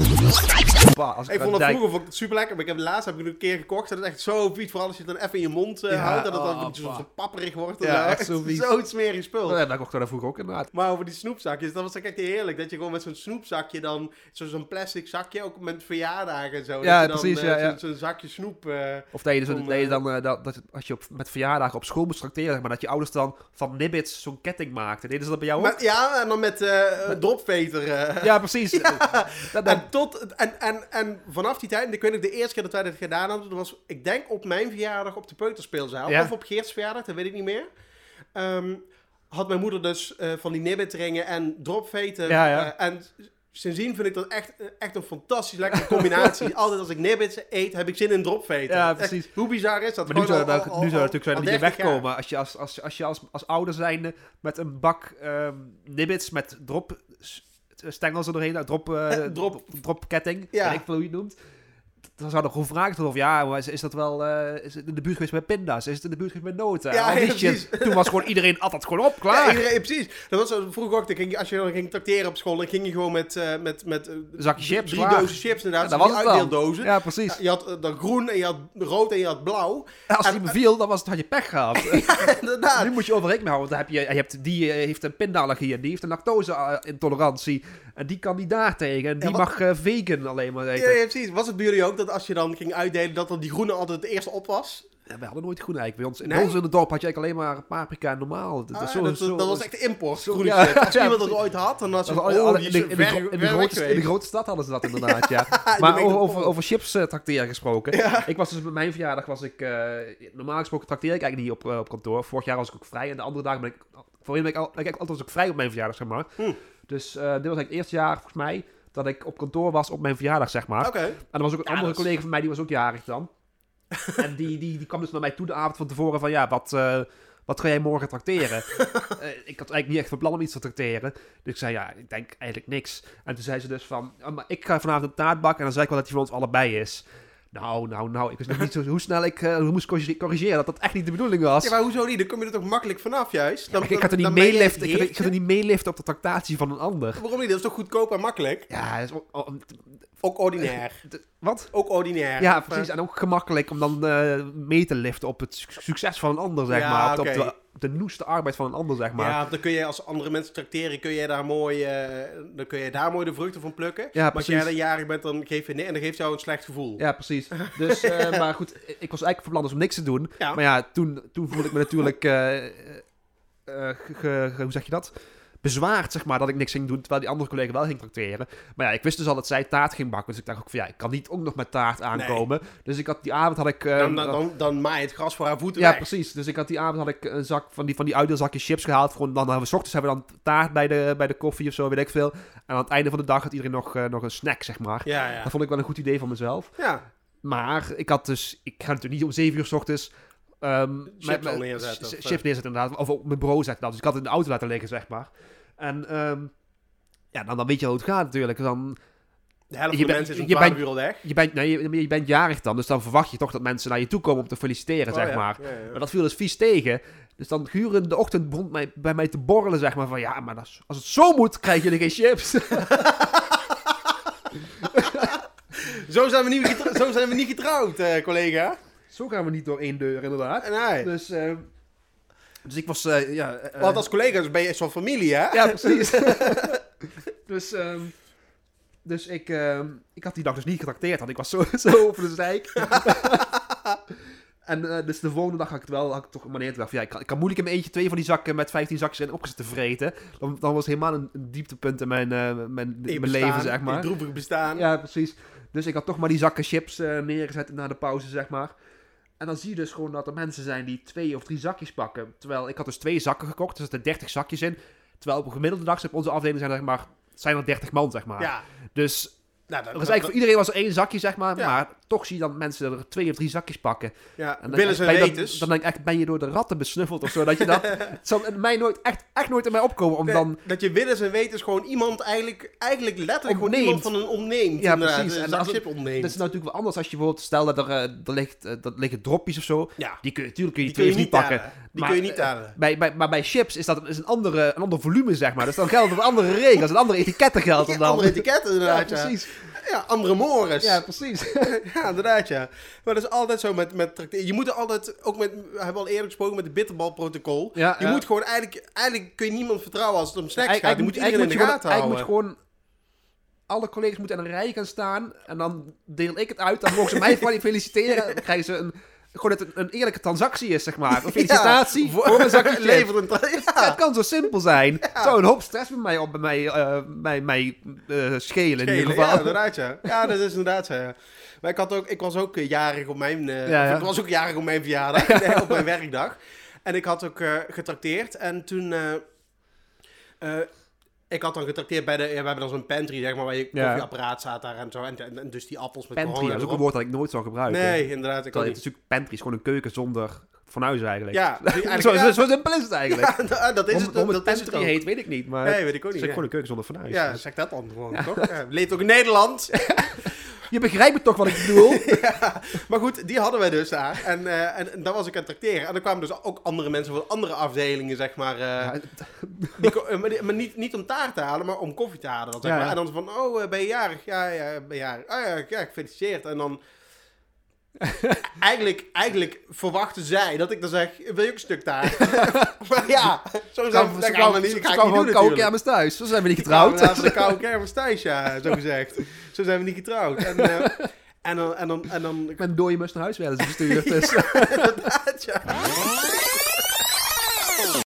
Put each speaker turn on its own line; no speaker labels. Bah, als
Ik
aan
vond dat
dijk-
vroeger vond ik het super lekker, maar ik heb laatst heb ik het een keer gekocht. Dat is echt zo vies, vooral als je het dan even in je mond eh,
Ja,
houdt. En dat
oh,
dan een beetje
pa.
zo papperig wordt.
Ja,
Ja,
echt
echt
zo vies.
Zo'n smerig spul.
Ja, dat kocht ik daar vroeger ook inderdaad.
Maar over die snoepzakjes, dat was echt heerlijk. Dat je gewoon met zo'n snoepzakje dan, zo- zo'n plastic zakje, ook met verjaardagen en zo.
Ja,
dat je dan,
precies,
eh,
ja, ja.
Zo'n, zo'n zakje snoep. eh,
Of dat je, dus,
Om,
dat je
eh,
dan, eh, dat, dat, als je op, met verjaardag op school moest tracteren, zeg maar dat je ouders dan van nibbits zo'n ketting maakten. Deden ze dat bij jou ook?
maar, ja, en dan met eh dropveter. eh.
Ja, precies. Dat, dat-
En, tot, en, en, en vanaf die tijd, ik weet nog de eerste keer dat wij dit gedaan hadden, dat was, ik denk op mijn verjaardag op de peuterspeelzaal,
Ja.
of op Geert's verjaardag, dat weet ik niet meer. Ehm, had mijn moeder dus eh, van die nibbitringen en dropveten.
Ja, ja.
eh, en sindsdien vind ik dat echt, echt een fantastisch lekkere combinatie. Altijd als ik nibbits eet, heb ik zin in dropveten.
Ja,
Echt,
precies.
hoe bizar is dat?
maar nu zou
Gewoon
dat
al-
nou-
al-
nu zou
al-
natuurlijk zijn
al
dat niet
30 oh, jaar.
wegkomen. Als je als, als, je- als, je als, als ouder zijnde met een bak ehm nibbits met drop s- eh, stengels er doorheen, drop, eh,
Eh, drop.
dropketting,
Ja.
weet ik veel hoe je het noemt. Dan zou er gewoon vragen worden of ja, maar is, is dat wel eh, is het in de buurt geweest met pinda's? Is het in de buurt geweest met noten?
Ja,
Al die
ja,
shit. Toen was gewoon iedereen at dat gewoon op,
Ja,
klaar.
iedereen- precies. Dat was zo vroeger ook. Dan ging je- als je dan ging tracteren op school, dan ging je gewoon met, eh, met, met eh,
Zakje chips,
drie
klaar.
dozen chips inderdaad.
Ja, dat was
van die
het dan.
uitdeeldozen.
Ja, precies.
Ja, Je had eh, dan groen en je had rood en je had blauw.
Als die beviel, dan was het, had je pech gehad.
Inderdaad.
Nu moet je over rekening houden, want dan heb je, je hebt, die eh, heeft een pindaallergie en die heeft een lactose-intolerantie. En die kan niet daar tegen. En die
Ja, wat-
mag eh, vegan alleen maar
Ja,
eten.
ja, precies. Was het bij jullie ook dat als je dan ging uitdelen, dat dan die groene altijd het eerste op was?
Ja, wij hadden nooit groene eik. Bij ons, in
Nee?
ons in het dorp had je eigenlijk alleen maar paprika en normaal. Dat,
Ah,
is zo,
dat,
zo-
dat was echt de import,
zo-
groene
ja,
shit. Als
ja,
iemand dat
precies.
ooit had, dan had je
dat was
oh,
alle- alle- in
die is
de- in de
ver-
gro- in de
ver
grote-
weg
in de
geweest.
grote stad hadden ze dat inderdaad, ja.
die
Maar
weet het
over,
ook
over,
wel.
over chips eh, tracteren gesproken. Ik was dus bij mijn verjaardag was ik... eh, normaal gesproken tracteer ik eigenlijk niet op, eh, op kantoor. Vorig jaar was ik ook vrij. En de andere dagen ben ik... Voorheen ben ik, al, ik, altijd was ik vrij op mijn verjaardag, zeg maar.
Hm.
Dus eh, dit was eigenlijk het eerste jaar, volgens mij... dat ik op kantoor was op mijn verjaardag, zeg maar.
Oké.
En Ah, er was ook een
Ja,
andere
dat is-
collega van mij, die was ook jarig dan. en die, die, die kwam dus naar mij toe de avond van tevoren van... Ja, wat, eh, wat ga jij morgen tracteren? Eh, ik had eigenlijk niet echt van plan om iets te tracteren. Dus ik zei, ja, ik denk eigenlijk niks. En toen zei ze dus van... "Ah, maar ik ga vanavond een taart bakken en dan zei ik wel dat die voor ons allebei is. Nou, nou, nou. Ik wist nog niet zo, hoe snel ik eh, moest corrige- corrigeren dat dat echt niet de bedoeling was.
Ja, maar hoezo niet? Dan kom je er toch makkelijk vanaf juist? Dan,
ik, ik had er niet
dan ben je
meeliften. Ik, had-
heertje.
ik had er niet meeliften op de tractatie van een ander.
Waarom niet? Dat is toch goedkoop en makkelijk?
Ja, dat is o-
oh,
o-
Ook ordinair.
wat?
Ook ordinair.
Ja,
Of, eh,
precies. En ook gemakkelijk om dan eh, mee te liften op het suc- succes van een ander, zeg
Ja,
maar. Op de-
oké.
Op, de, op de noeste arbeid van een ander, zeg maar. Ja,
Ja, dan kun je als andere mensen tracteren, kun je daar mooi, eh, dan kun je daar mooi de vruchten van plukken.
Ja,
maar als jij
precies.
dan jarig bent, dan geef je nee en dan geeft jou een slecht gevoel.
precies. Dus, eh, maar goed, ik was eigenlijk van plan dus om niks te doen.
Ja.
Maar ja, toen, toen voelde ik me natuurlijk, eh, eh, eh, ge- ge- ge- hoe zeg je dat? Bezwaard, zeg maar, dat ik niks ging doen, terwijl die andere collega wel ging tracteren. Maar ja, ik wist dus al dat zij taart ging bakken. Dus ik dacht ook van, ja, ik kan niet ook nog met taart aankomen. Dus ik had die avond had ik... eh,
Dan, dan, dan, dan maai je het gras voor haar voeten
Ja,
weg.
precies. Dus ik had die avond had ik een zak van die, van die uitdeelzakjes chips gehaald. Gewoon, dan hebben we 's ochtends hebben we dan taart bij de, bij de koffie of zo, weet ik veel. En aan het einde van de dag had iedereen nog, eh, nog een snack, zeg maar.
Ja, ja.
Dat vond ik wel een goed idee van mezelf.
Ja,
Maar ik had dus... Ik ga natuurlijk niet om 7 uur 's ochtends... ehm,
Chips
met- met-
al neerzetten,
s-
of, eh?
Chips neerzetten, inderdaad. Of op mijn bureau zetten. Nou, Dus ik had het in de auto laten liggen, zeg maar. En ehm, ja, dan, dan weet je hoe het gaat natuurlijk. Dan,
de helft
Je
van de
bent-
mensen is om
je
12
bent-
uur al weg.
je, bent, nee, je, je bent jarig dan, dus dan verwacht je toch dat mensen naar je toe komen om te feliciteren,
Oh,
zeg
ja.
maar.
Ja, ja.
Maar dat viel dus vies tegen. Dus dan gedurende de ochtend begon mij, bij mij te borrelen, zeg maar. Van ja, maar dat is- als het zo moet, krijgen jullie geen chips.
Zo, zijn we niet getrou- zo zijn we niet getrouwd, eh, collega.
zo gaan we niet door één deur, inderdaad.
Nee.
Dus, eh, dus ik was, eh, ja... eh,
Want als collega's ben je zo'n familie, hè?
Ja, precies. dus, ehm, dus ik, ehm, ik had die dag dus niet getrakteerd, want ik was zo, zo over de zijk. en eh, dus de volgende dag had ik het wel, had ik toch een manier gedacht van, ja, ik kan, ik kan moeilijk in mijn eentje twee van die zakken met 15 zakjes erin opgezet te vreten. Dan, dan was het helemaal een, een dieptepunt in mijn, eh, mijn,
In je
mijn leven,
bestaan,
zeg
in je
maar.
droevig bestaan.
Ja, precies. Dus ik had toch maar die zakken chips eh, neergezet na de pauze, zeg maar. En dan zie je dus gewoon dat er mensen zijn die twee of drie zakjes pakken. Terwijl ik had dus twee zakken gekocht, er zitten 30 zakjes in. Terwijl op een gemiddelde dag op onze afdeling zijn, er, zeg maar, zijn er 30 man, zeg maar.
Ja.
Dus
Nou, dat,
er was eigenlijk voor iedereen was er één zakje, zeg maar.
Ja.
Maar toch zie je dan mensen er twee of drie zakjes pakken.
ja.
En dan
Willens en
ben je- dan-
wetens.
Dan, denk ik echt, ben je door de ratten besnuffeld of zo. Dat je dat, het zal in mij nooit, echt, echt nooit in mij opkomen om
Nee,
dan...
Dat je willens en wetens gewoon iemand eigenlijk, eigenlijk letterlijk gewoon
Ontneemt.
iemand van een ontneemt.
Ja,
inderdaad. dus
precies.
Een
En
zak
als dus het-
chip ontneemt.
Dat is natuurlijk wel anders als je bijvoorbeeld, stel dat er, eh, er, ligt, eh, dat liggen dropjes of zo.
ja.
Die kun je natuurlijk kun je die
Die kun
twee
je niet
niet pakken.
talen. Die
Maar,
kun je niet
eh,
talen.
Bij, bij, maar bij chips is dat is een, andere, een ander volume, zeg maar. Dus dan geldt een andere regels, een andere etiketten geldt
Ja,
dan.
andere etiketten
ja,
inderdaad. ja. Dus
precies.
Ja, andere mores.
Ja,
Ja.
precies.
inderdaad, ja. Maar dat is altijd zo met, met tracteren. Je moet er altijd, ook met, we hebben al eerder gesproken met het bitterbalprotocol.
Ja, eh,
je
ja.
moet gewoon, eigenlijk, eigenlijk kun je niemand vertrouwen als het om snacks
Eigenlijk-
gaat. Je moet
eigenlijk
iedereen in de
moet je
gaten
gewoon-
houden.
eigenlijk moet je gewoon... Alle collega's moeten aan een rij gaan staan. En dan deel ik het uit. Dan mogen ze mij fel- feliciteren. Dan krijgen ze een... Gewoon dat het een eerlijke transactie is, zeg maar. Een felicitatie
Ja,
voor een zakje chips.
levert een tra-
Ja,
ja.
het kan zo simpel zijn. Zou een hoop stress bij mij, op, bij mij, eh, bij mij eh, schelen, in ieder
Schelen,
geval.
Ja, inderdaad, ja. Ja, dat is inderdaad zo, ja. Maar ik, had ook, ik was ook eh, jarig op mijn... eh,
Ja, ja.
Ik was ook jarig op mijn verjaardag, nee, op mijn werkdag. En ik had ook eh getrakteerd. En toen... eh, eh, ik had dan getrakteerd bij de... Ja, we hebben dan zo'n pantry, zeg maar, waar je
Ja.
koffieapparaat staat daar en zo. En, en, en dus die appels met
Pantry,
corona
dat is ook een
erop.
woord dat ik nooit zou gebruiken.
Nee, inderdaad. Ik kan
Terwijl het
niet.
is natuurlijk pantry is gewoon een keuken zonder fornuis eigenlijk.
Ja, eigenlijk-
zo, zo,
ja.
zo simpel is het eigenlijk.
Ja, dat is
Waarom-
het,
waarom
dat is
het
het
pantry
ook.
heet, weet ik niet. Maar
Nee, weet ik ook
het is ook gewoon
niet. Ja,
een keuken zonder fornuis.
Ja,
Dus
zeg dat dan gewoon, toch? Ja, leeft ook in Nederland.
je begrijpt toch wat ik bedoel?
Maar goed, die hadden wij dus daar. En, eh, en, en daar was ik aan het tracteren. En er kwamen dus ook andere mensen van andere afdelingen, zeg maar. eh,
Ja,
die ko- eh, maar die- maar niet, niet om taart te halen, maar om koffie te halen. dan, Zeg
Ja,
maar.
ja.
En dan van, oh, eh, ben je jarig? Ja, ja, ben je jarig. Ah ja, ja, gefeliciteerd. En dan... eigenlijk, eigenlijk verwachten zij dat ik dan zeg, wil je ook een stuk taart? maar ja, zo
Ze
zijn dat
kwam-
gaan we niet,
ze
dat ga
kwam
ik niet doen
gewoon koude
natuurlijk.
kermis thuis. Zo zijn we niet
Ja,
getrouwd.
we laten de koude kermis thuis, ja, zo gezegd. Zo zijn we niet getrouwd. En, eh, en dan... En dan, en dan
Ik ben door je mus naar huis werden ze bestuurd. Dus.
Inderdaad, ja.